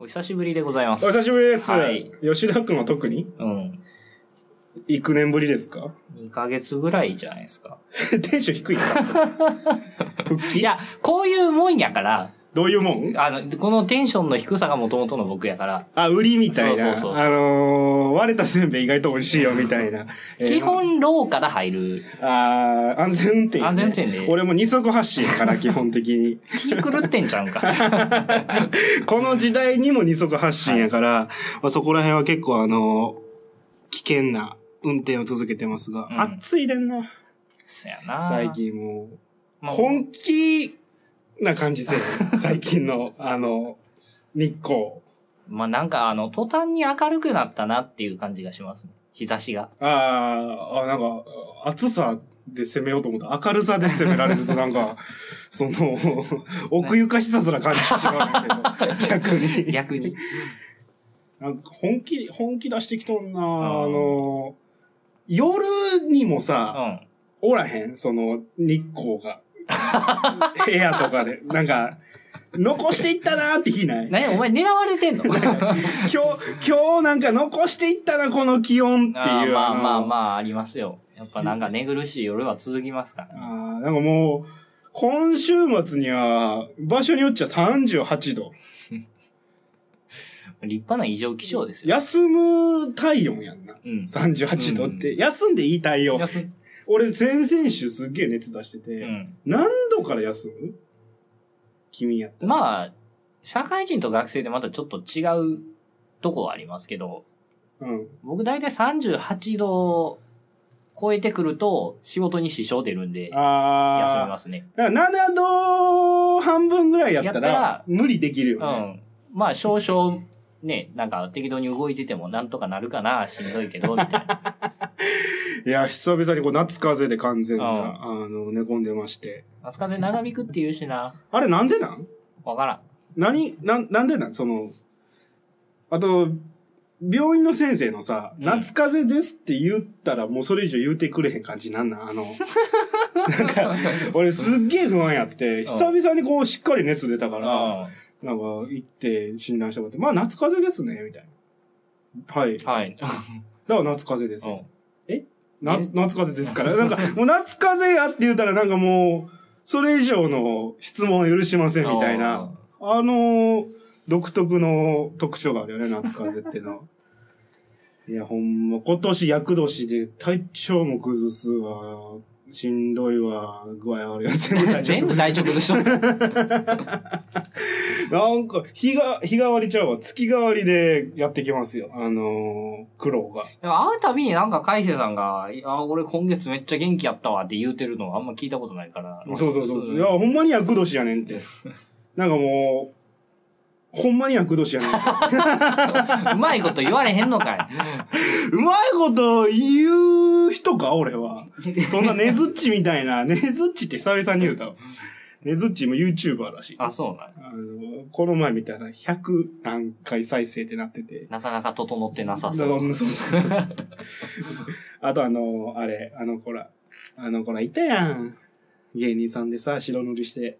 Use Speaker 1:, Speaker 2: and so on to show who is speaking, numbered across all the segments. Speaker 1: お久しぶりでございます。
Speaker 2: お久しぶりです。
Speaker 1: はい
Speaker 2: 吉田君は特に
Speaker 1: うん。
Speaker 2: 幾年ぶりですか
Speaker 1: 2ヶ月ぐらいじゃないですか。
Speaker 2: テンション 低いな復
Speaker 1: い
Speaker 2: 帰
Speaker 1: や、こういうもんやから、
Speaker 2: どういうもん
Speaker 1: あの、このテンションの低さがもともとの僕やから、
Speaker 2: あ、売りみたいな。
Speaker 1: そうそうそう
Speaker 2: あのー、割れたせんべい意外と美味しいよみたいな。
Speaker 1: 基本ローから入る。
Speaker 2: えーあー安全運転、
Speaker 1: 安全運転で
Speaker 2: 俺も二足発進やから、基本 的に。
Speaker 1: 気狂ってんちゃうん か。
Speaker 2: この時代にも二足発進やから、まあ、そこら辺は結構あのー危険な運転を続けてますが、
Speaker 1: うん
Speaker 2: 暑いでんな、
Speaker 1: そやな
Speaker 2: 最。近もう。
Speaker 1: まあ
Speaker 2: 本気な感じせえへ ん最近の、あの、日光。
Speaker 1: まあ、なんかあの、途端に明るくなったなっていう感じがしますね。日差しが。
Speaker 2: あーあ、なんか、暑さで攻めようと思った。明るさで攻められるとなん か、その、奥ゆかしさすら感じてしまうんだけど、逆に。
Speaker 1: 逆に。
Speaker 2: なんか本気、本気出してきとんなあ
Speaker 1: ん
Speaker 2: の、夜にも
Speaker 1: う
Speaker 2: さ、
Speaker 1: ん。
Speaker 2: おらへんその、日光 が。部屋とかで。なんか、残していったなーって日ない
Speaker 1: 何お前狙われてん の
Speaker 2: 今日、今日なんか残していったな、この気温っていう。
Speaker 1: あーまあまあ
Speaker 2: あ
Speaker 1: まあ、ありますよ。やっぱなんか寝苦しい夜は続きますから。
Speaker 2: の。あーなんかもう、今週末には、場所によっちゃ38度。
Speaker 1: 立派な異常気象ですよ。
Speaker 2: 休む体温やんな。
Speaker 1: うん。
Speaker 2: 38度って。休んでいい体温。
Speaker 1: 安い
Speaker 2: 俺、先々週すっげえ熱出してて、
Speaker 1: うん。
Speaker 2: 何度から休む君やった。
Speaker 1: まあ、社会人と学生でまたちょっと違うとこはありますけど、
Speaker 2: うん。
Speaker 1: 僕大体38度を超えてくると仕事に支障出るんで、休み
Speaker 2: あ
Speaker 1: ますね。
Speaker 2: あ。だから7度半分ぐらいやったら、
Speaker 1: やったら
Speaker 2: 無理できる
Speaker 1: う
Speaker 2: よね。
Speaker 1: ん。まあ少々ね、なんか適当に動いててもなんとかなるかな、しんどいけど、みたい な。
Speaker 2: いや、久々にこう夏風邪で完全に、
Speaker 1: うん
Speaker 2: あの、寝込んでまして。
Speaker 1: 夏風邪長引くって言うしな、
Speaker 2: あれなんでなん
Speaker 1: わからん。
Speaker 2: 何なん、なんでなんその、あと、病院の先生のさ、
Speaker 1: うん
Speaker 2: 夏風邪ですって言ったらもうそれ以上言うてくれへん感じなんなん あの、なんか、俺すっげえ不安やって、久々にこうしっかり熱出たから、
Speaker 1: は
Speaker 2: なんか行って診断してもらって、まあ夏風邪ですね、みたいな。はい。だか
Speaker 1: い。
Speaker 2: ら夏風邪です
Speaker 1: う。ん
Speaker 2: 夏、夏風邪ですから。なんか、もう夏風邪やって言うたらなんかもう、それ以上の質問を許しませんみたいな。。あのー独特の特徴があるよね、夏風邪って のは。いや、ほんま、今年、厄年で体調も崩すわ、しんどいわ、具合悪いわ、全部体調
Speaker 1: 全部
Speaker 2: 崩す。
Speaker 1: 大丈夫でしょ
Speaker 2: なんか、日が、日替わりちゃうわ、月替わりでやってきますよ、あのー、苦労が。
Speaker 1: でも会うたびになんか海星さんが、いや、俺今月めっちゃ元気やったわって言うてるのあんま聞いたことないから。
Speaker 2: そうそうそうそう。いや、
Speaker 1: や
Speaker 2: ほんまに厄年やねんって。なんかもう、ほんまに厄年やねんって。
Speaker 1: うまいこと言われへんのかい。
Speaker 2: うまいこと言う人か、俺は。そんなねずっちみたいな、ねずっちって久々に言うたわ。ねずっちも YouTuber だし。あ
Speaker 1: あ、そうなんや
Speaker 2: の、この前みたいな100何回再生ってなってて。
Speaker 1: なかなか整ってなさそ
Speaker 2: だか
Speaker 1: う。
Speaker 2: らそうそうそう そう。あとあの、あれ、あの子ら、あの子らいたやん。芸人さんでさ、白塗りして。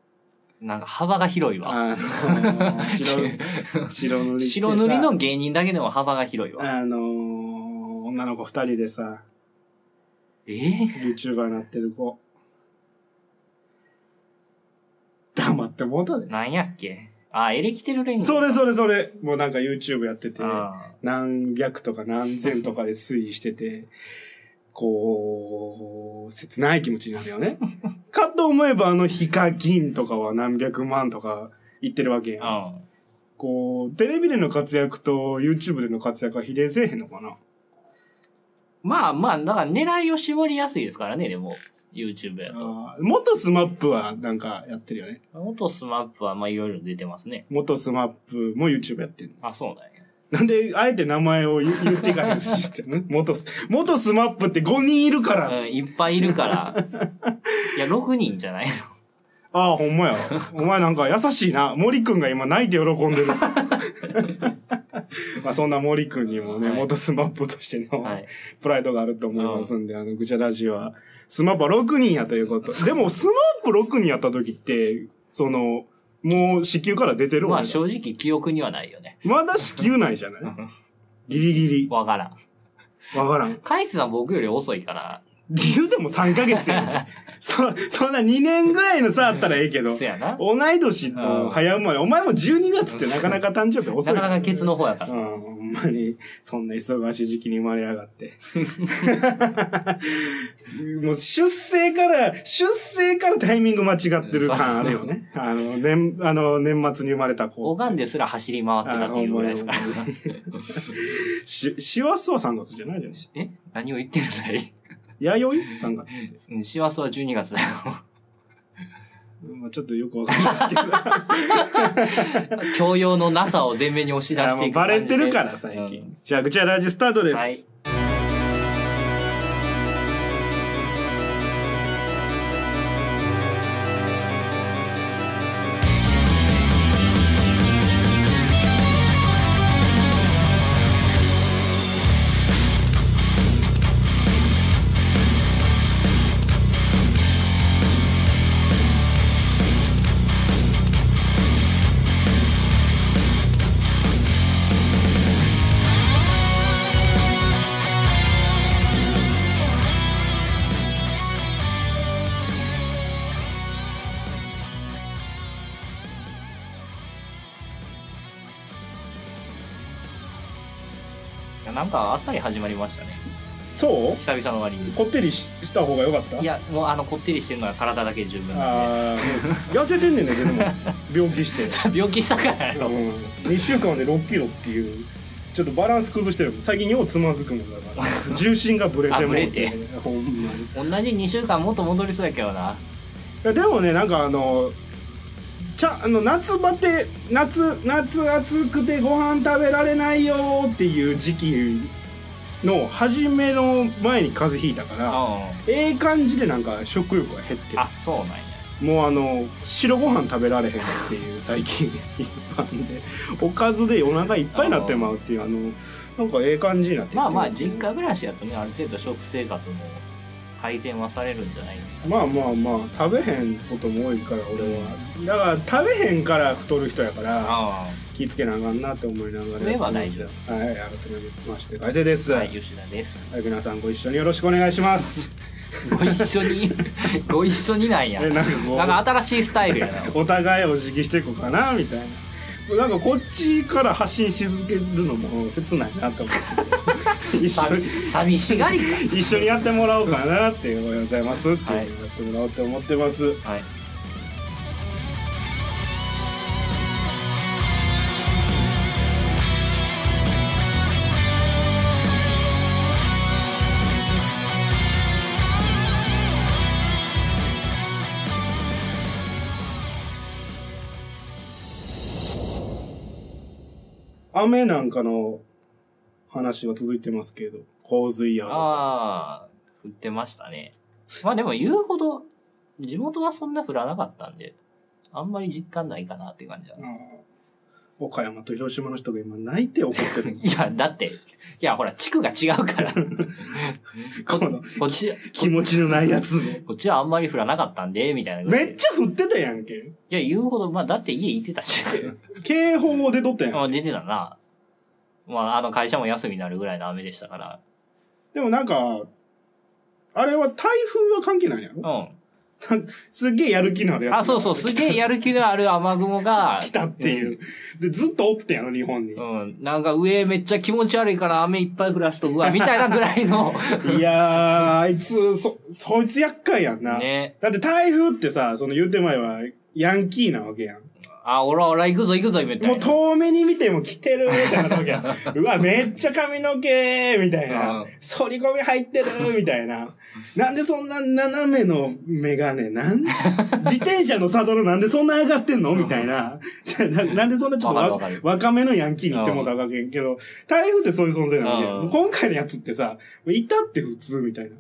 Speaker 1: なんか幅が広いわ。
Speaker 2: あの、 白、白塗りしてさ。
Speaker 1: 白塗りの芸人だけでも幅が広いわ。
Speaker 2: あの、女の子二人でさ、
Speaker 1: えー
Speaker 2: YouTuber になってる子。黙ってもうたで。
Speaker 1: なんやっけあ、エレキテル連合。
Speaker 2: それそれそれ。もうなんか YouTube やってて、
Speaker 1: あ
Speaker 2: 何百とか何千とかで推移してて、こう、切ない気持ちになるよね。 かと思えばあのヒカキンとかは何百万とか言ってるわけやん。
Speaker 1: あ。うん。
Speaker 2: こう、テレビでの活躍と YouTube での活躍は比例せえへんのかな
Speaker 1: まあまあ、だから狙いを絞りやすいですからね、でも。YouTube やと。
Speaker 2: あー元スマップはなんかやってるよね。
Speaker 1: 元スマップはまあいろいろ出てますね。
Speaker 2: 元スマップも YouTube やってる。
Speaker 1: あ、そうなんや。
Speaker 2: なんで、あえて名前を言言っていかへんシステ ム元ス、元スマップって5人いるから。
Speaker 1: うん、いっぱいいる から。いや、6人じゃない
Speaker 2: ああ、ほんまや。お前なんか優しいな。森くんが今泣いて喜ん でる。まあそんな森くんにもね、
Speaker 1: はい
Speaker 2: 元スマップとして
Speaker 1: の。
Speaker 2: の、
Speaker 1: はい。
Speaker 2: プライドがあると思いますんで、あの、ぐちゃラジオは、スマップは6人やということ。でも、スマップ6人やった時って、その、もう子宮から出てる
Speaker 1: ま
Speaker 2: もん
Speaker 1: あ正直記憶にはないよね。
Speaker 2: まだ子宮内じゃないギリギリ。
Speaker 1: わからん。
Speaker 2: わからん。
Speaker 1: カイセさん僕より遅いから。
Speaker 2: 理由でも3ヶ月やん け。そ、そんな2年ぐらいの差あったらええけど。
Speaker 1: そやな。
Speaker 2: 同い年の早生まれ。お前も12月ってなかなか誕生日遅。
Speaker 1: ないかなかケツの方やか
Speaker 2: う
Speaker 1: ら。
Speaker 2: ん、ほんまに、そんな忙しい時期に生まれや がって。もう出生から、出生からタイミング間違ってる感あるよね。あの、年、あの、年末に生まれた子。
Speaker 1: 拝んですら走り回ってたっていうぐらいですから。
Speaker 2: し、師走は3月じゃないじゃない
Speaker 1: え何を言ってるんだい
Speaker 2: 弥生 ?3 月 って。
Speaker 1: うん師走は12月だよ。
Speaker 2: まあちょっとよくわかんないですけど。
Speaker 1: 教養のなさを前面に押し出
Speaker 2: あ
Speaker 1: して
Speaker 2: もう
Speaker 1: いく
Speaker 2: バ
Speaker 1: 感じで。
Speaker 2: レてるから最
Speaker 1: う
Speaker 2: 近。
Speaker 1: ん
Speaker 2: じゃあ、ぐちゃラジスタートです。
Speaker 1: はいいやなんかあっさり始まりましたね。
Speaker 2: そ
Speaker 1: 久々の割に
Speaker 2: う。こってりしした方がよかった
Speaker 1: いや、もうあの、こってりしてるのは体だけで十分なんで。
Speaker 2: ああ、痩せてんねんね、でも。病 気して。
Speaker 1: 病気したからやろ。
Speaker 2: うん、2週間で6キロっていうちょっとバランス崩してる最近ようつまずくもんだから重心がぶれてもう
Speaker 1: あ
Speaker 2: ほんまにい
Speaker 1: 同じ2週間もっと戻りそうやけどな。
Speaker 2: やでもねなんかあのちゃあの夏バテ夏夏暑くてご飯食べられないよっていう時期の初めの前に風邪ひいたから
Speaker 1: う
Speaker 2: ええ感じでなんか食欲が減って
Speaker 1: ん。あ、そうなんや。
Speaker 2: もうあの白ご飯食べられへんっていう最近 一般でおかずでお腹いっぱいになってまうっていうあのなんかええ感じになってきて
Speaker 1: まあまあ、
Speaker 2: すけ
Speaker 1: 実
Speaker 2: ど
Speaker 1: 家暮らしやとね、ある程度食生活も改善はされるんじゃないですか。
Speaker 2: まあまあまあ食べへんことも多いから俺は、だから食べへんから太る人やから
Speaker 1: あ
Speaker 2: 気ぃつけなあかんなって思いながら
Speaker 1: 上は大
Speaker 2: 丈
Speaker 1: 丈
Speaker 2: 夫はい改めまして改正です、
Speaker 1: あ。
Speaker 2: は
Speaker 1: はい、
Speaker 2: い、
Speaker 1: 吉田です。
Speaker 2: 皆さんご一緒によろしくお願いします
Speaker 1: ご一緒に、 ご一緒になんや。
Speaker 2: えなんかこう
Speaker 1: なんか新しいスタイルやな。
Speaker 2: お互いお辞儀していこうかなみたいななんかこっちから発信し続けるのも切ないなと 思って一緒
Speaker 1: 寂
Speaker 2: に
Speaker 1: 寂しがりか。
Speaker 2: 一緒にやってもらおうかなっていうおはようございますっていうのを
Speaker 1: は
Speaker 2: や
Speaker 1: い
Speaker 2: ってもらおうと思ってます、
Speaker 1: はい。
Speaker 2: 雨なんかの話が続いてますけど洪水や
Speaker 1: ああ、降ってましたね。まあでも言うほど、地元はそんな降らなかったんで、あんまり実感ないかなっていう感じなん
Speaker 2: う
Speaker 1: です
Speaker 2: ん岡山と広島の人が今泣いて怒ってる
Speaker 1: いや、だって、いや、ほら、地区が違う から。
Speaker 2: この
Speaker 1: こっち、
Speaker 2: 気持ちのないやつも
Speaker 1: こっちはあんまり降らなかったんで、みたいなぐらい
Speaker 2: め
Speaker 1: で。
Speaker 2: っちゃ降ってたやんけ
Speaker 1: いや、言うほど、まあ、だって家行ってた し。
Speaker 2: 警報も出とったやん
Speaker 1: まあ、出てたな。まあ、あの、会社も休みになるぐらいの雨でしたから。
Speaker 2: でもなんか、あれは台風は関係ないんやろ
Speaker 1: う
Speaker 2: すっげえやる気のある
Speaker 1: ん。
Speaker 2: やつ。
Speaker 1: あ、そうそう、すげえやる気のある雨雲が。
Speaker 2: 来たっていう。で、ずっとおってんやろ、日本に。
Speaker 1: うん、なんか上めっちゃ気持ち悪いから雨いっぱい降らしとくわ、みたいなぐらいの。
Speaker 2: いやー、あいつ、そ、そいつ厄介やん な。
Speaker 1: ね。
Speaker 2: だって台風ってさ、その言うて前は、ヤンキーなわけやん。
Speaker 1: あ、おらおら行くぞ行くぞ、みたいな。
Speaker 2: もう遠目に見ても来てるみたいなわけ やん。うわ、めっちゃ髪の毛みたいな
Speaker 1: うん。
Speaker 2: 反り込み入ってるみたいな。なんでそんな斜めのメガネ なん自転車のサドルなんでそんな上がってんのみたいな。ななんでそんなちょ
Speaker 1: わ
Speaker 2: っと
Speaker 1: か
Speaker 2: わ
Speaker 1: るわかる
Speaker 2: 若めのヤンキーに言ってもたわけんけど、台風ってそういう存在なわけや
Speaker 1: うん
Speaker 2: ん。今回のやつってさ、いたって普通みたいな。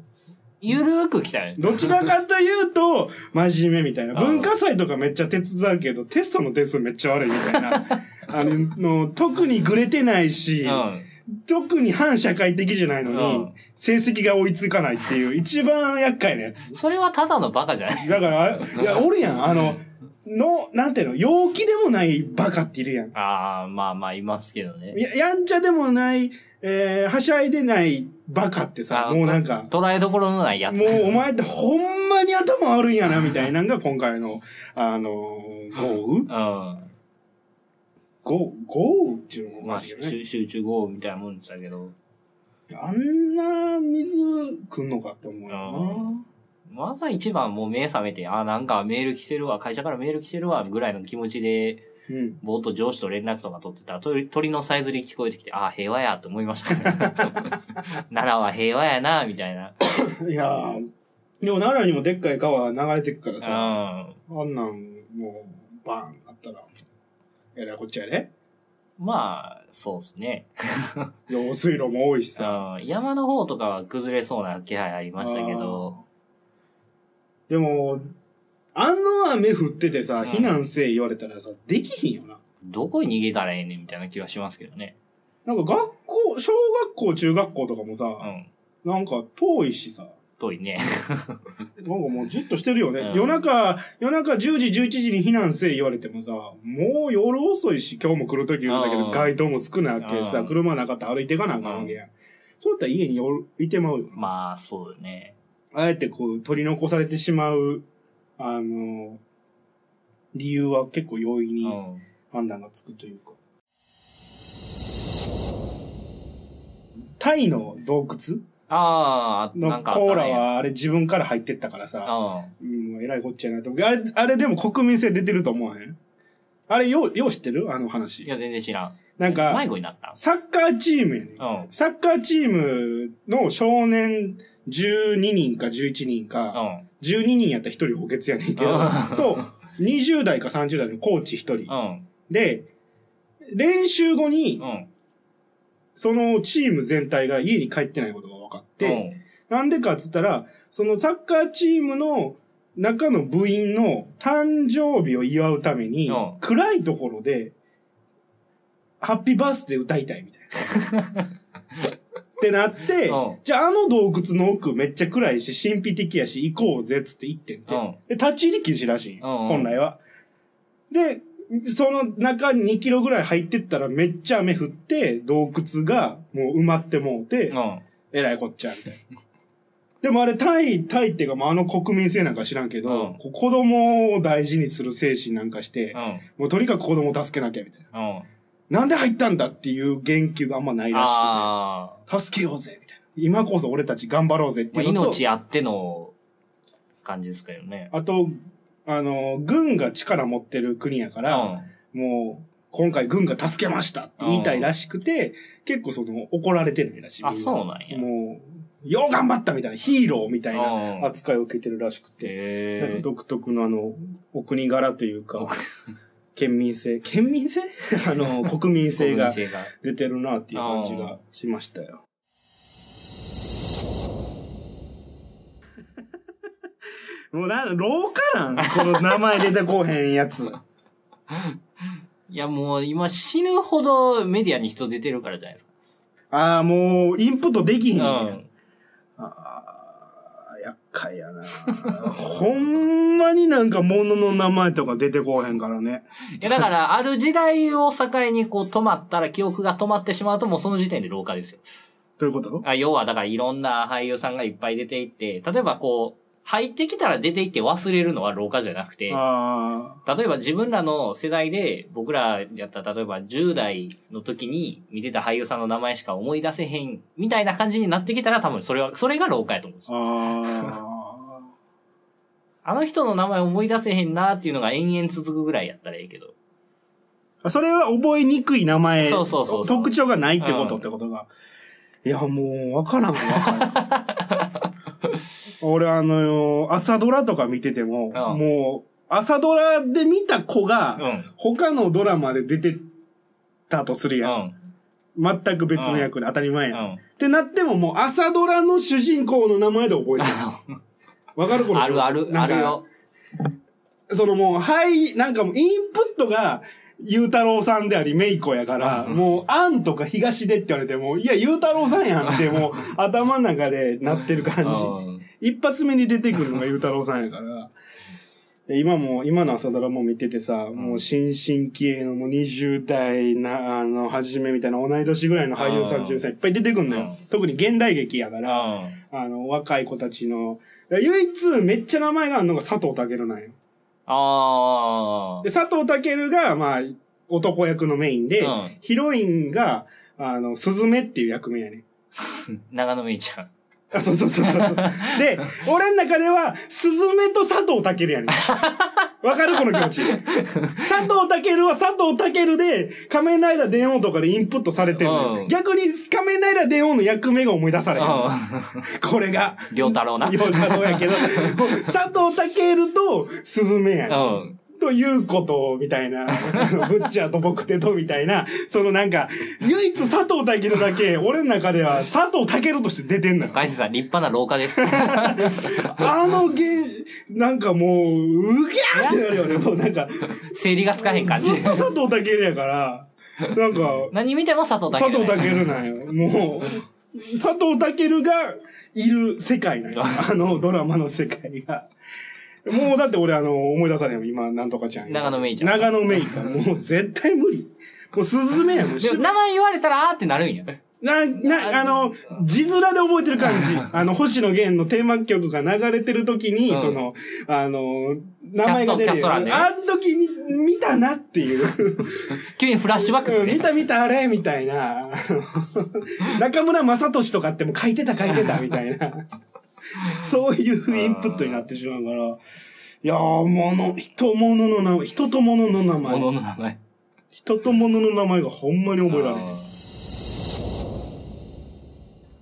Speaker 1: ゆるーく来たよね。
Speaker 2: どちらかというと、真面目みたいな。
Speaker 1: うん
Speaker 2: 文化祭とかめっちゃ手伝うけど、テストの点数めっちゃ悪いみたいな。あの、の特にグレてないし、
Speaker 1: うん。
Speaker 2: 特に反社会的じゃないのに、
Speaker 1: うん
Speaker 2: 成績が追いつかないっていう、一番厄介なやつ。
Speaker 1: それはただのバカじゃない
Speaker 2: だから、あいや、おるやん。あの、の、なんていうの、陽気でもないバカっているやん。
Speaker 1: ああ、まあまあ、いますけどね。
Speaker 2: ややんちゃでもない、えー、はしゃいでないバカってさ、
Speaker 1: あ
Speaker 2: もうなんか、
Speaker 1: 捉えどころのないやつ。
Speaker 2: もうお前ってほんまに頭悪いんやな、みたいなのが今回 の、あのー、豪
Speaker 1: うん。ま
Speaker 2: 雨豪豪雨っていうのもお
Speaker 1: あ、
Speaker 2: かしいよね。
Speaker 1: 集集中豪雨みたいなもんでしたけど。
Speaker 2: あんな水来んのかって思うよ
Speaker 1: ま朝一番もう目覚めて、あ、なんかメール来てるわ、会社からメール来てるわ、ぐらいの気持ちで、
Speaker 2: な。うん。
Speaker 1: ぼーっと上司と連絡とか取ってたら、鳥鳥のさえずり聞こえてきて、あ、平和や、と思いま した、ね。奈良は平和やな、みたいな。
Speaker 2: いやー、でも奈良にもでっかい川流れてくからさ、
Speaker 1: うん。
Speaker 2: あんなんもう、バーンあったら、えらいこっちゃやで。
Speaker 1: まあ、そうですね。
Speaker 2: 用水路も多いしさ。
Speaker 1: うん山の方とかは崩れそうな気配ありましたけど、
Speaker 2: でも、あの雨降っててさ、
Speaker 1: うん
Speaker 2: 避難せえ言われたらさ、できひんよな。
Speaker 1: どこに逃げたらええねんみたいな気はしますけどね。
Speaker 2: なんか学校、小学校、中学校とかもさ、
Speaker 1: うん。
Speaker 2: なんか遠いしさ、
Speaker 1: 遠いね。
Speaker 2: なんかもうじっとしてるよね。
Speaker 1: うん
Speaker 2: 夜中、夜中10時、11時に避難せえ言われてもさ、もう夜遅いし、今日も来るとき言うんだけ
Speaker 1: う
Speaker 2: ど、
Speaker 1: ん
Speaker 2: 街灯も少ないわけ
Speaker 1: う
Speaker 2: さ、
Speaker 1: ん
Speaker 2: 車なかったら歩いていかなあかんわけやん。そういったら家によいてまうよな。
Speaker 1: まあ、そうよね。
Speaker 2: あえてこう取り残されてしまう、あの、理由は結構容易
Speaker 1: う
Speaker 2: に
Speaker 1: ん。
Speaker 2: 判断がつくというか。タイの洞窟
Speaker 1: ああ、な
Speaker 2: の
Speaker 1: んかあった、ね。
Speaker 2: コーラはあれ自分から入ってったからさ、
Speaker 1: うん。
Speaker 2: うん、もうえらいこっちゃやなと思う。あれ、あれでも国民性出てると思わへんあれ、よう、よう知ってるあの
Speaker 1: い
Speaker 2: 話。
Speaker 1: や、全然知らん。
Speaker 2: なんか、
Speaker 1: 迷子になった。
Speaker 2: サッカーチームやねん
Speaker 1: うん。
Speaker 2: サッカーチームの少年12人か11人か、
Speaker 1: うん。
Speaker 2: 12人やったら1人補欠やねんけど、と、20代か30代のコーチ1
Speaker 1: う
Speaker 2: 人。
Speaker 1: ん。
Speaker 2: で、練習後に
Speaker 1: う、ん。
Speaker 2: そのチーム全体が家に帰ってないことが分かって、なんでかっつったら、そのサッカーチームの中の部員の誕生日を祝うために
Speaker 1: うん、
Speaker 2: 暗いところで、ハッピーバースデー歌いたいみたいな。ってなって
Speaker 1: うん、
Speaker 2: じゃああの洞窟の奥めっちゃ暗いし、神秘的やし、行こうぜっつって行ってんて
Speaker 1: う。ん。
Speaker 2: で、立ち入り禁止らしいんよ、
Speaker 1: うんうん
Speaker 2: 本来は。で、その中に2キロぐらい入ってったらめっちゃ雨降って、洞窟がもう埋まってもうて、
Speaker 1: うん。
Speaker 2: えらいこっちゃ、みたいな。でもあれ、タイ、タイっていうか、まあ、あの国民性なんか知らんけど、
Speaker 1: うん
Speaker 2: こう子供を大事にする精神なんかして、
Speaker 1: うん。
Speaker 2: もうとにかく子供を助けなきゃ、みたいな。
Speaker 1: うん。
Speaker 2: なんで入ったんだっていう言及があんまないらし
Speaker 1: あ
Speaker 2: くて、助けようぜ、みたいな。今こそ俺たち頑張ろうぜっ
Speaker 1: ーま
Speaker 2: て
Speaker 1: あ。
Speaker 2: いうのと、
Speaker 1: 命あっての感じですけどね。
Speaker 2: あと、あの、軍が力持ってる国やか
Speaker 1: う
Speaker 2: ら、
Speaker 1: ん。
Speaker 2: もう、今回軍が助けましたって言いたいらしくて、結構その、怒られてるらしい。
Speaker 1: あ、
Speaker 2: みん
Speaker 1: そうなんや。
Speaker 2: もう、よう頑張ったみたいな、ヒーローみたいな
Speaker 1: うん。
Speaker 2: 扱いを受けてるらしくて、なんか
Speaker 1: へえ。
Speaker 2: 独特のあの、お国柄という か、県民性、県民性 あの、国民性が
Speaker 1: 国民性が
Speaker 2: 出てるなっていう感じがしましたよ。もうなん、廊下なんこの名前出てこうへんやつ。
Speaker 1: いや、もう今死ぬほどメディアに人出てるからじゃないですか。
Speaker 2: ああ、もう、インプットできひんねや。
Speaker 1: うん。
Speaker 2: ああ、厄介やな。ほんまになんか物の名前とか出てこうへんからね。
Speaker 1: いや、だから、ある時代を境にこう止まったら、記憶が止まってしまうと、もうその時点で老化ですよ。
Speaker 2: どういうこと
Speaker 1: あ要は、だからいろんな俳優さんがいっぱい出ていって、例えばこう、入ってきたら出ていって忘れるのは老化じゃなくて、
Speaker 2: あ
Speaker 1: 例えば自分らの世代で、僕らやったら例えば10代の時に見てた俳優さんの名前しか思い出せへん、みたいな感じになってきたら多分それは、それが老化やと思うんです
Speaker 2: あ。
Speaker 1: よ。
Speaker 2: ああ。
Speaker 1: あの人の名前思い出せへんなっていうのが延々続くぐらいやったらええけど。
Speaker 2: それは覚えにくい名前。
Speaker 1: そうそうそうそう
Speaker 2: 特徴がないってこと
Speaker 1: うん
Speaker 2: ってことが。いや、もう、わから んわからん。俺、あの朝ドラとか見てても、
Speaker 1: うん
Speaker 2: もう、朝ドラで見た子
Speaker 1: うん。
Speaker 2: が、
Speaker 1: うん。
Speaker 2: 他のドラマで出てたとする
Speaker 1: う
Speaker 2: やん。
Speaker 1: ん。
Speaker 2: 全く別の役で当たり前
Speaker 1: う
Speaker 2: やん。っ
Speaker 1: ん。
Speaker 2: てなっても、もう、朝ドラの主人公の名前で覚 えてる。わかるこれ
Speaker 1: あるある、
Speaker 2: な
Speaker 1: あ
Speaker 2: んか
Speaker 1: るよ。
Speaker 2: そのもう、はい、なんかもうインプットが、ゆうたろうさんであり、めいこやから、
Speaker 1: うん
Speaker 2: もう、あんとか東でって言われても、いや、ゆうたろうさんやんって、もう、頭の中でなってる感じ。
Speaker 1: うん
Speaker 2: 一発目に出てくるのがゆうたろうさんやから、で今も、今の朝ドラも見ててさ、もう新進気鋭のもう20代な、あの、初めみたいな同い年ぐらいの俳優さん
Speaker 1: うん
Speaker 2: 中さんいっぱい出てくんのよ。
Speaker 1: う
Speaker 2: 特に現代劇やか
Speaker 1: う
Speaker 2: ら、
Speaker 1: ん。
Speaker 2: あの、若い子たちの、唯一めっちゃ名前があるのが佐藤健なんよ。
Speaker 1: あ
Speaker 2: で、佐藤健が、まあ、男役のメインで、
Speaker 1: あ。うん。
Speaker 2: ヒロインが、あの、スズメっていう役名やね。
Speaker 1: 長野めいちゃん。
Speaker 2: あ、そうそうそうそう そう。で、俺の中では、スズメと佐藤健やねん。わかるこの気 持ち。佐藤健は佐藤健で、仮面ライダー電王とかでインプットされてるの
Speaker 1: う
Speaker 2: よ。
Speaker 1: ん
Speaker 2: 逆に仮面ライダー電王の役目が思い出される。
Speaker 1: う
Speaker 2: これが、
Speaker 1: ん。りょうたろうな。
Speaker 2: ようだろうや けど、佐藤健とスズメやねん。
Speaker 1: うん。
Speaker 2: ということみたいな、あ のブッチャーと僕手とみたいな、そのなんか、唯一佐藤健だけ、俺の中では佐藤健として出てんのよ。
Speaker 1: ガイセさん、立派な廊下です。
Speaker 2: あのゲー、なんかもう、うぎゃーってなるよね。もうなんか、
Speaker 1: 整理がつかへん感じ
Speaker 2: ず。っと佐藤健やから、なんか、
Speaker 1: 何見ても佐藤
Speaker 2: 佐
Speaker 1: 健。
Speaker 2: 藤健なんよ。もう、佐藤健がいる世界なんよ。あのドラマの世界が。もうだって俺あの、思い出されんよ。今、なんとかちゃん。
Speaker 1: 長野めいちゃん
Speaker 2: 長野めい か。もう絶対無理。もうスズメやもん。
Speaker 1: でも名前言われたらあーってなるんや。
Speaker 2: な、な、あの、字面で覚えてる感 じ。あの、星野源のテーマ曲が流れてる時に、
Speaker 1: うん
Speaker 2: その、あの、名前が出
Speaker 1: キャストキャ
Speaker 2: る
Speaker 1: スト欄ね
Speaker 2: あの時に見たなっていう。
Speaker 1: 急にフラッシュバックす
Speaker 2: う
Speaker 1: る
Speaker 2: ん
Speaker 1: ね。
Speaker 2: 見た見たあれみたいな。 中村雅俊とかってもう書いてた書いてたみた いな。そういうインプットになってしまうから。いやー、もの、人物の名前、人と物の名
Speaker 1: もの
Speaker 2: 前。
Speaker 1: の名前。
Speaker 2: 人と物の名前がほんまに覚えられない。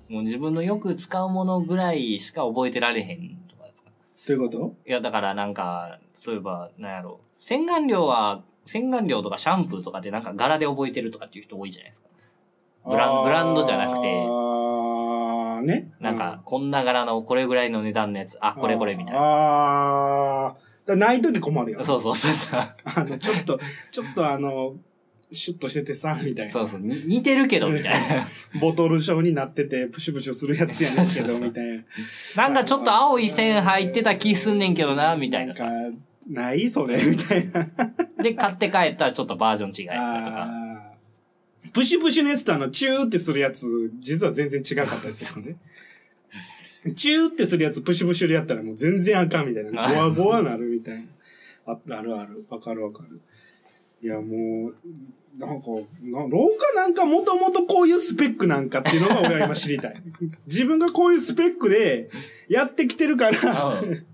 Speaker 1: もう自分のよく使うものぐらいしか覚えてられへんとかですか
Speaker 2: ということ
Speaker 1: いや、だからなんか、例えば、なんやろう。洗顔料は、洗顔料とかシャンプーとかでなんか柄で覚えてるとかっていう人多いじゃないですか。ブランブランドじゃなくて
Speaker 2: あーね。
Speaker 1: なんか、こんな柄のこれぐらいの値段のやつ、あ、
Speaker 2: うん、
Speaker 1: これこれみたいな。
Speaker 2: あーあー。だないとき困るよ。
Speaker 1: そうそうそうそう。
Speaker 2: あの、ちょっと、ちょっとあの、シュッとしててさ、みたいな
Speaker 1: そ。うそう。に似てるけど、みたいな。
Speaker 2: ボトル状になってて、プシュプシュするやつやねんけ
Speaker 1: そうそ
Speaker 2: ど、
Speaker 1: うそう
Speaker 2: みたいな。
Speaker 1: なんかちょっと青い線入ってた気すんねんけどな、みたいなさ。
Speaker 2: んか、ないそれ、みたいな。
Speaker 1: で、買って帰ったらちょっとバージョン違いだとか。
Speaker 2: あープシュプシュのやつとあの、チューってするやつ、実は全然違かったです よね。チューってするやつ、プシュプシュでやったらもう全然あかんみたい な。ゴワゴワなるみたいな。ああるある。わかるわかる。いや、もう、なんか、な廊下なんかもともとこういうスペックなんかっていうのが俺は今知りた い。自分がこういうスペックでやってきてるから、
Speaker 1: うん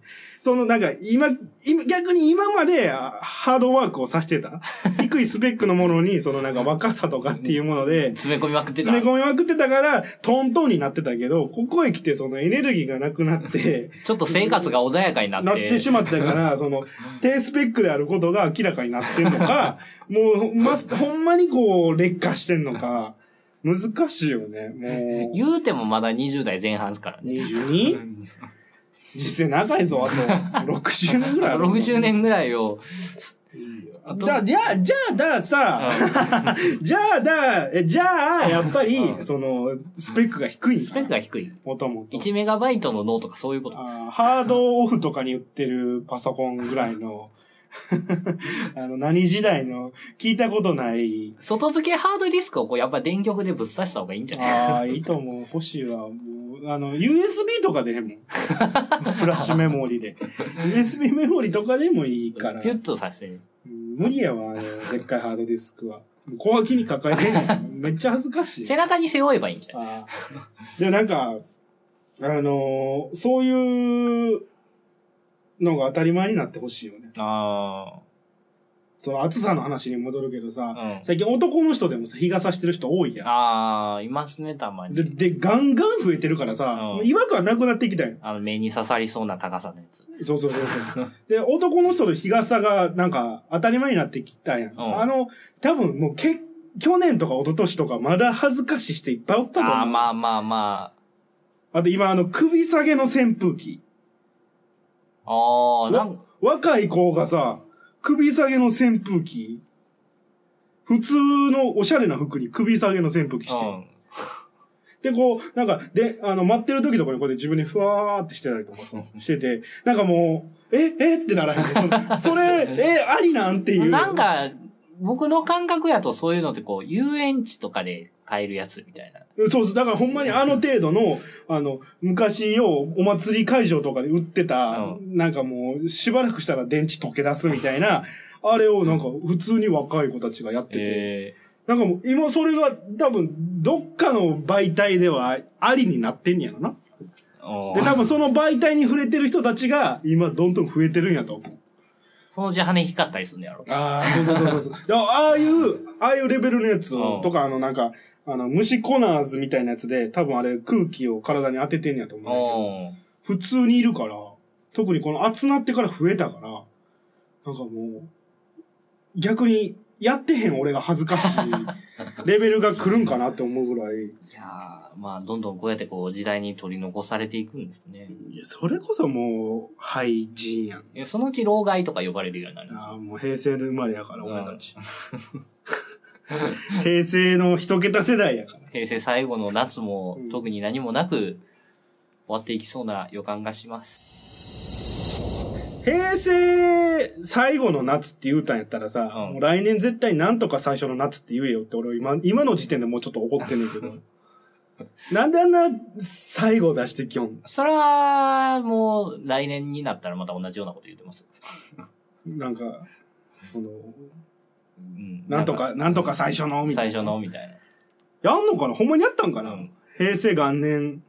Speaker 2: そのなんか今、今逆に今まであハードワークをさして た。低いスペックのものに、そのなんか若さとかっていうも ので、
Speaker 1: 詰め込みまくってた。
Speaker 2: 詰め込みまくってたから、トントンになってたけど、ここへ来てそのエネルギーがなくなって、
Speaker 1: ちょっと生活が穏やかになって。
Speaker 2: なってしまったから、その、低スペックであることが明らかになってんのか、もう、ま、ほんまにこう、劣化してんのか、難しいよね、もう。
Speaker 1: 言うてもまだ20代前半です からね。
Speaker 2: 22? 実際長い ぞ、あと、60年ぐらいあるぞ。
Speaker 1: 60年ぐらいを。あと
Speaker 2: だ、じゃあ、じゃあ、だ、さ、じゃあ、だ、えじゃあ、やっぱ り
Speaker 1: う、ん
Speaker 2: その、スペックが低いん
Speaker 1: スペック
Speaker 2: だ。
Speaker 1: が低い。
Speaker 2: もともと。
Speaker 1: 1メガバイトの脳とかそういうこと。
Speaker 2: あーハードオフとかに売ってるパソコンぐらいの、 あの、何時代の、聞いたことない、
Speaker 1: 外付けハードディスクをこうやっぱ電極でぶっ刺した方がいいんじゃない
Speaker 2: ああ、いいと思う。欲しいわ。もう、あの、USB とか でもん。フラッシュメモリで。USB メモリとかでもいいから。
Speaker 1: ピュッと刺して。
Speaker 2: うん無理やわ、あの、でっかいハードディスクは。小脇に抱えてんのめっちゃ恥ずかしい。
Speaker 1: 背中に背負えばいいんじゃない
Speaker 2: あーでもなんか、あのーそういうのが当たり前になってほしいよね。
Speaker 1: あ
Speaker 2: その暑さの話に戻るけど
Speaker 1: あ。
Speaker 2: さ、
Speaker 1: うん。
Speaker 2: 最近男の人でもさ、日傘してる人多いやん。
Speaker 1: ああ、いますね、たまに。
Speaker 2: で、で、ガンガン増えてるからさ、
Speaker 1: うん
Speaker 2: 違和感なくなってきたよ。
Speaker 1: あの、目に刺さりそうな高さのやつ。
Speaker 2: そうそうそうそう。で、男の人の日傘がなんか当たり前になってきたやん。
Speaker 1: うん
Speaker 2: あの、多分もうけ、去年とか一昨年とかまだ恥ずかしい人いっぱいおったと思う。
Speaker 1: ああ、まあまあま
Speaker 2: あと今あの首下げの扇風機。
Speaker 1: あ。ああ、なんか、
Speaker 2: 若い子がさ、首下げの扇風機、普通のおしゃれな服に首下げの扇風機して
Speaker 1: う
Speaker 2: る、
Speaker 1: ん。
Speaker 2: で、こう、なんか、で、あの、待ってる時とかにこうやって自分にふわーってしてたりとかさしてて、なんかもう、え、えってならへん。それ、え、ありなんていう。
Speaker 1: なんか、僕の感覚やとそういうのってこう、遊園地とかで買えるやつみたいな。
Speaker 2: そうそう。だからほんまにあの程度の、あの、昔よ、お祭り会場とかで売ってた、なんかもう、しばらくしたら電池溶け出すみたいな、あれをなんか普通に若い子たちがやってて、
Speaker 1: え
Speaker 2: なんかもう今それが多分、どっかの媒体ではありになってんやろな。
Speaker 1: ーお
Speaker 2: で、多
Speaker 1: ー
Speaker 2: 分その媒体に触れてる人たちが今どんどん増えてるんやと思う。
Speaker 1: そのうち羽光ったりするんのやろ。
Speaker 2: ああ、そうそうそう そう。だからああいう、ああいうレベルのやつ
Speaker 1: う
Speaker 2: を
Speaker 1: ん
Speaker 2: とか、あのなんか、あの、虫コナーズみたいなやつで、多分あれ空気を体に当ててんやと思うんだけ
Speaker 1: おー
Speaker 2: ど普通にいるから、特にこの集なってから増えたから、なんかもう、逆にやってへん俺が恥ずかしいレベルが来るんかなって思うぐら
Speaker 1: い
Speaker 2: い、
Speaker 1: やーまあ、どんどんこうやってこう、時代に取り残されていくんですね。
Speaker 2: いやそれこそもう廃人やん。
Speaker 1: えそのうち老害とか呼ばれるようになるんです
Speaker 2: ああ、
Speaker 1: よ。
Speaker 2: もう平成の生まれやから、俺たち。 平成の一桁世代やから。
Speaker 1: 平成最後の夏も
Speaker 2: うん
Speaker 1: 特に何もなく終わっていきそうな予感がします。
Speaker 2: 平成最後の夏って言うたんやったらさ、
Speaker 1: うん
Speaker 2: もう来年絶対なんとか最初の夏って言えよって俺今、今の時点でもうちょっと怒ってんねん けど。なんであんな最後出してきよん
Speaker 1: それは、もう来年になったらまた同じようなこと言ってます。
Speaker 2: なんか、その、
Speaker 1: うん
Speaker 2: なんとか、なんとか最初の、みたい
Speaker 1: 最
Speaker 2: な。
Speaker 1: 初のみたいな。
Speaker 2: やんのかなほんまにやったんか
Speaker 1: う
Speaker 2: な、
Speaker 1: ん
Speaker 2: 平成元年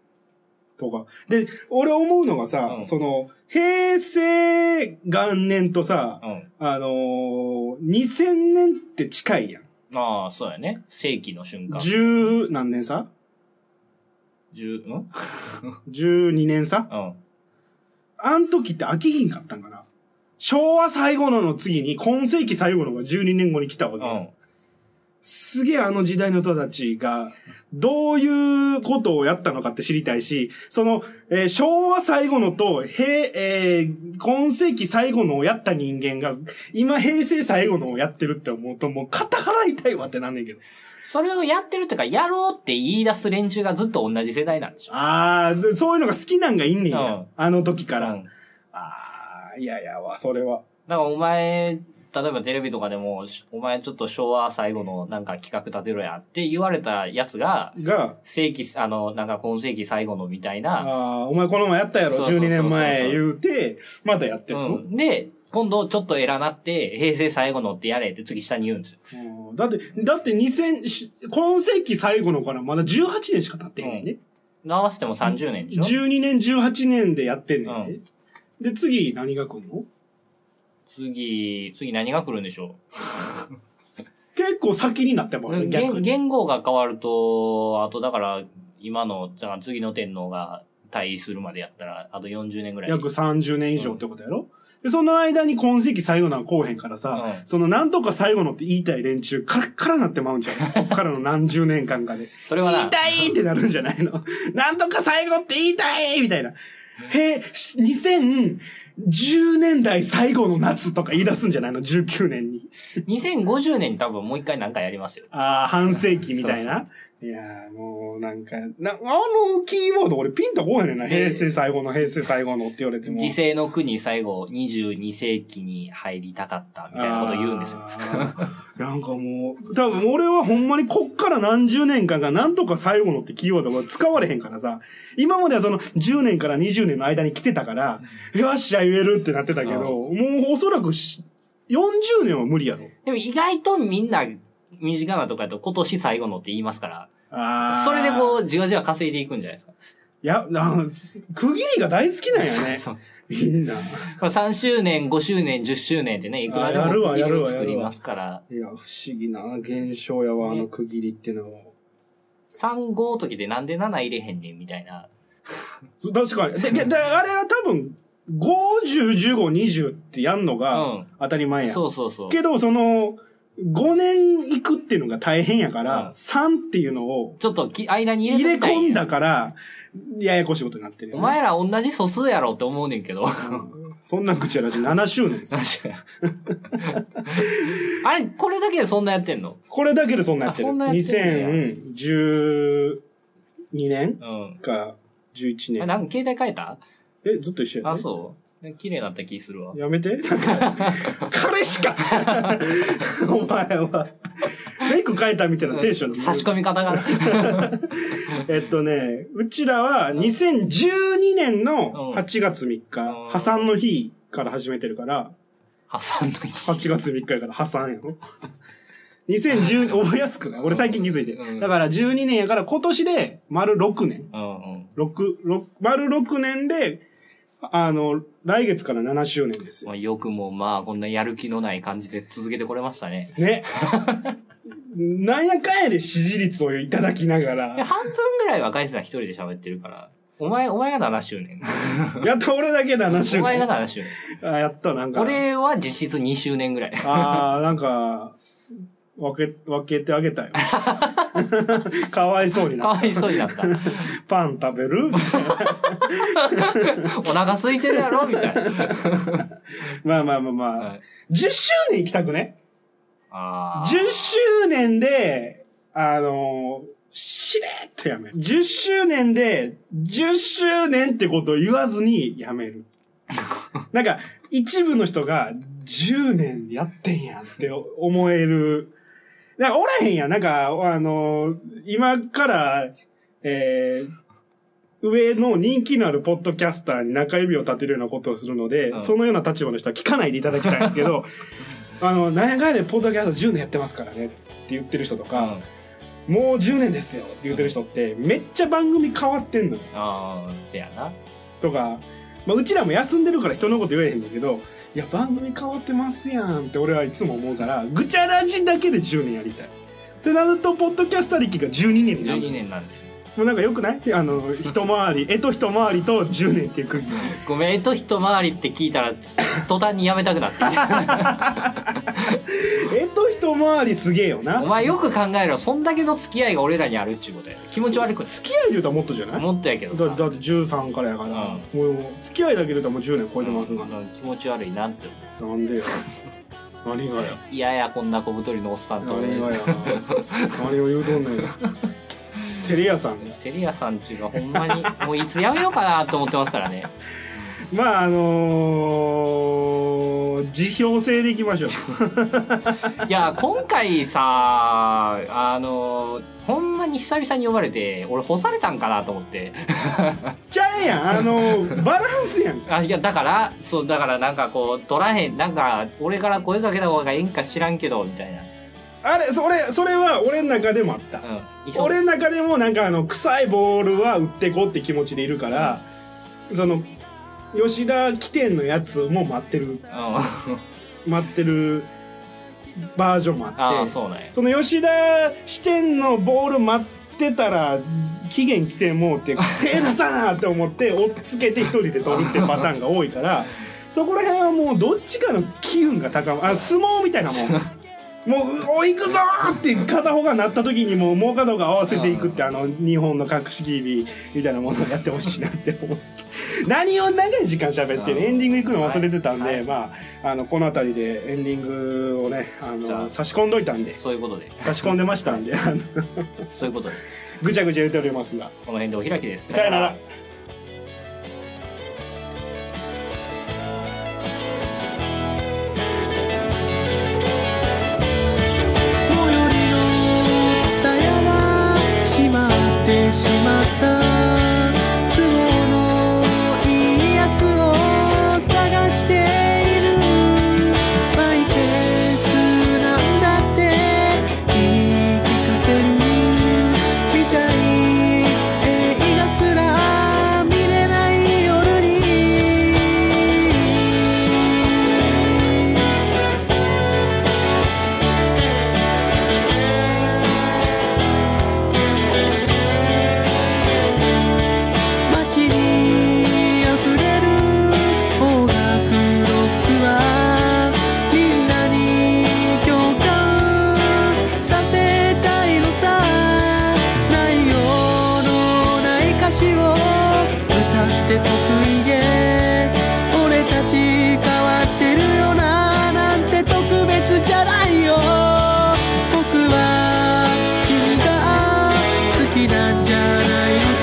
Speaker 2: とか。で、俺思うのがさ、
Speaker 1: うん
Speaker 2: その、平成元年とさ、
Speaker 1: うん。
Speaker 2: あのー2000年って近いやん。
Speaker 1: ああ、そうやね。世紀の瞬間。
Speaker 2: 十何年差
Speaker 1: 十、うんうん。
Speaker 2: ?12 年差あん時って飽きひんかったんかな昭和最後のの次に、今世紀最後のが12年後に来たわけ
Speaker 1: う
Speaker 2: やん。
Speaker 1: ん。
Speaker 2: すげえあの時代の人たちが、どういうことをやったのかって知りたいし、その、えー昭和最後のと、平、えー今世紀最後のをやった人間が、今平成最後のをやってるって思うと、もう肩払いたいわってなんねんけど。
Speaker 1: それをやってるとか、やろうって言い出す連中がずっと同じ世代なんでしょ。
Speaker 2: ああ、そういうのが好きなんがいんねんや。
Speaker 1: うん
Speaker 2: あの時から。
Speaker 1: うん
Speaker 2: ああ、いやいやわ、それは。
Speaker 1: なんかお前、例えばテレビとかでも、しお前ちょっと昭和最後のなんか企画立てろやって言われたやつが、
Speaker 2: が、
Speaker 1: 世紀、あの、なんか今世紀最後のみたいな、
Speaker 2: ああー、お前この前やったやろ、
Speaker 1: そうそうそうそ
Speaker 2: 12
Speaker 1: う
Speaker 2: 年前言うて、またやって
Speaker 1: う
Speaker 2: るの、
Speaker 1: ん。で、今度ちょっと偉なって、平成最後のってやれって次下に言うんですよ。
Speaker 2: うんだって、だって2000し、今世紀最後のからまだ18年しか経ってへんねんね。
Speaker 1: 合わせても30年でしょ
Speaker 2: 12年、18年でやってんねんね。で、次何が来んの
Speaker 1: 次、次何が来るんでしょ
Speaker 2: 結構先になってもら
Speaker 1: う
Speaker 2: う、逆
Speaker 1: 言
Speaker 2: に。
Speaker 1: 言語が変わると、あとだから、今の、だから次の天皇が退位するまでやったら、あと40年ぐらい。
Speaker 2: 約30年以上ってことやろ、で、その間に今世紀最後なん来おへんからさ、
Speaker 1: うん
Speaker 2: そのなんとか最後のって言いたい連中、カラッカラなってまうんじ ゃん。こっからの何十年間かで。
Speaker 1: それは
Speaker 2: 言、
Speaker 1: ない
Speaker 2: たいってなるんじゃな いのなんとか最後って言いたいみたいな。へえ、し2010年代最後の夏とか言い出すんじゃないの ?19 年に。
Speaker 1: 2050年に多分もう一回なんかやりますよ。
Speaker 2: ああ、半世紀みたい
Speaker 1: そ
Speaker 2: な。いやーもうなんか、な、あのキーボード俺ピンとこうやねんな。
Speaker 1: ええ
Speaker 2: 平成最後の平成最後のって言われても。
Speaker 1: 時世の国最後22世紀に入りたかったみたいなこと言うんですよ。
Speaker 2: あー。なんかもう、多分俺はほんまにこっから何十年間がなんとか最後のってキーワードは使われへんからさ、今まではその10年から20年の間に来てたから、よっしゃ言えるってなってたけど、
Speaker 1: あー
Speaker 2: もうおそらくし40年は無理やろ。
Speaker 1: でも意外とみんな身近なとかやと今年最後のって言いますから、それでこ
Speaker 2: う。
Speaker 1: うじわじわ稼いでいくんじゃないですか。
Speaker 2: いや、なん区切りが大好きなんやね。
Speaker 1: そうそう
Speaker 2: みんな。
Speaker 1: まあ3周年、5周年、10周年ってね、いくらで
Speaker 2: あやる
Speaker 1: も
Speaker 2: わ
Speaker 1: い
Speaker 2: やる
Speaker 1: ろ
Speaker 2: わ
Speaker 1: 作りますから、
Speaker 2: いや、不思議な現象やわ、あ
Speaker 1: ね
Speaker 2: の区切りってのは。
Speaker 1: 3、5時でなんで7入れへんねんみたいな。
Speaker 2: そう確かに。で、でであれは多分、50、15、20ってやんの
Speaker 1: う
Speaker 2: が
Speaker 1: ん。
Speaker 2: 当たり前やん。
Speaker 1: そうそうそう。
Speaker 2: けど、その、5年行くっていうのが大変や
Speaker 1: う
Speaker 2: か
Speaker 1: ん
Speaker 2: ら、3っていうのを
Speaker 1: ちょっとき間に
Speaker 2: 入
Speaker 1: 入
Speaker 2: れ
Speaker 1: れときたい
Speaker 2: 込ん
Speaker 1: や
Speaker 2: だから、ややこしいことになってるよ
Speaker 1: お
Speaker 2: ね、
Speaker 1: 前ら同じ素数やろって思うねんけ ど。
Speaker 2: うんそんなん口やらず7周年です。
Speaker 1: 確かに。あれ、これだけでそんなやってんの
Speaker 2: これだけでそんなんやってる。
Speaker 1: あそんなんやってんね
Speaker 2: 2010、 2年
Speaker 1: うん。
Speaker 2: か
Speaker 1: あ
Speaker 2: 11年。
Speaker 1: なんか携帯変えた
Speaker 2: え、ずっと一緒や
Speaker 1: あ、
Speaker 2: ね。
Speaker 1: そう。綺麗だった気するわ。
Speaker 2: やめて。なんか彼し かお前は。メイク変えたみたいなテンションで
Speaker 1: 差し込み方が。
Speaker 2: えっとね、うちらは2012年
Speaker 1: う
Speaker 2: の
Speaker 1: ん
Speaker 2: 8月3日、
Speaker 1: うん
Speaker 2: 破産の日から始めてるから、
Speaker 1: 挟んどい
Speaker 2: 8月3日やから破産や ろ。2010、覚えやすくない俺最近気づいて
Speaker 1: う。ん
Speaker 2: だから12年やから今年で丸6年。
Speaker 1: うんうん。
Speaker 2: 六六丸6年で、あの、来月から7周年ですよ。
Speaker 1: まあ、よくもまあこんなやる気のない感じで続けてこれましたね。
Speaker 2: ね。 なんやかんやで支持率をいただきなが
Speaker 1: で
Speaker 2: ら、
Speaker 1: 半分ぐらいはガイさん一人で喋ってるから。お前、お前が7周年。
Speaker 2: やっと俺だけだな、
Speaker 1: お
Speaker 2: 周
Speaker 1: 前が7周
Speaker 2: 年。
Speaker 1: 年。
Speaker 2: あ、やった、なんか。
Speaker 1: 俺は実質2周年ぐらい。
Speaker 2: ああ、なんか、分け、分けてあ げたよ。かわいそうに
Speaker 1: か
Speaker 2: なっ
Speaker 1: わいそうになった。
Speaker 2: た。パン食べるみたいな
Speaker 1: お腹空いてるやろみたい な。
Speaker 2: まあまあまあまあ。
Speaker 1: はい
Speaker 2: 10周年行きたくね
Speaker 1: あ
Speaker 2: ?10
Speaker 1: ー
Speaker 2: 周年で、あのーしれっとやめる。10周年で、10周年ってことを言わずにや める。なんか、一部の人が、10年やってんやんって思える。なんか、おらへんやん。なんか、あのー今から、えー上の人気のあるポッドキャスターに中指を立てるようなことをするので、
Speaker 1: うん
Speaker 2: そのような立場の人は聞かないでいただきたいんですけど、あの、なんやかんやでポッドキャスト10年やってますからねって言ってる人と
Speaker 1: う
Speaker 2: か、
Speaker 1: ん。
Speaker 2: もう10年ですよって言ってる人って、めっちゃ番組変わってんのよ
Speaker 1: ああ、せやな。
Speaker 2: とか、まあ、うちらも休んでるから人のこと言えへんねんけど、いや、番組変わってますやんって俺はいつも思うから、ぐちゃらじだけで10年やりたい。ってなると、ポッドキャスター歴が12年になる。
Speaker 1: 12年なんで。
Speaker 2: もうなんかよくないあの、一回 り、えと一回りと10年っていう区切り。
Speaker 1: ごめん、えっと一回りって聞いたら、途端にやめたくなって きた。
Speaker 2: えと一回りすげえよ
Speaker 1: お
Speaker 2: な。
Speaker 1: 前よく考えろ。そんだけの付き合いが俺らにあるっちゅうことや。気持ち悪く
Speaker 2: 付き合いで言うともっとじゃない
Speaker 1: 思ったやけど
Speaker 2: だ
Speaker 1: さ。
Speaker 2: だって13からやから、もう付き合いだけで言うともう10年超えてますが、
Speaker 1: うん気持ち悪いなって思う。
Speaker 2: なんでよ何が や
Speaker 1: いやいや、こんな小太りのおっさんと
Speaker 2: 何
Speaker 1: 俺
Speaker 2: が。や何を言うとんねんよテレ屋さん
Speaker 1: テリアさんちゅうのはほんまに、もういつやめようかなと思ってますからね。
Speaker 2: まああのー、辞表制でいきましょう
Speaker 1: いや、今回さ、あの、ほんまに久々に呼ばれて、俺干されたんかなと思って。
Speaker 2: ちゃうやんあのー、バランスやん
Speaker 1: あいやだからそうだからなんかこう取らへんなんか俺から声かけた方がええんか知らんけどみたいな、
Speaker 2: あれそれそれは俺の中でもあった
Speaker 1: うん、
Speaker 2: 俺の中でもなんかあの臭いボールは打ってこうって気持ちでいるからその吉田起点のやつも待ってる
Speaker 1: うん あ
Speaker 2: 待ってるバージョンもあ
Speaker 1: あ
Speaker 2: って
Speaker 1: そうなんや
Speaker 2: その吉田視点のボール待ってたら期限来てもうって手出さなって思って追っつけて一人で取るっていうパターンが多いからそこら辺はもうどっちかの機運が高まるあ相撲みたいなもん。もう「おいくぞ!」って片方が鳴った時にもうもう片方が合わせていくってあの日本の格式美みたいなものをやってほしいなって思う 何を長い時間喋ってねエンディング行くの忘れてたんで、
Speaker 1: はいはい
Speaker 2: まああのこの辺りでエンディングをねあ
Speaker 1: じゃ
Speaker 2: の
Speaker 1: あ
Speaker 2: 差し込んどいたんで
Speaker 1: そういうことで
Speaker 2: 差し込んでましたんで、あの
Speaker 1: そういうことで
Speaker 2: ぐちゃぐちゃ言っておりますが。
Speaker 1: この辺でお開きです
Speaker 2: さよなら。
Speaker 3: 最寄りの蔦屋は閉まってしまった都合のいいやつを探しているマイペースなんだって言い聞かせるみたい映画すら見れない夜に街に溢れる邦楽ロックはみんなに共感させたいのさ内容のない歌詞を歌って得意げ俺たち変わってるよななんて特別じゃないよ僕は君が好きなんじゃないの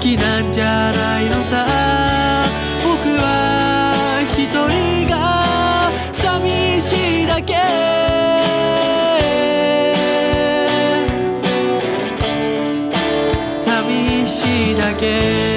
Speaker 3: きなんじゃないのさ僕は一人が寂しいだけ寂しいだけ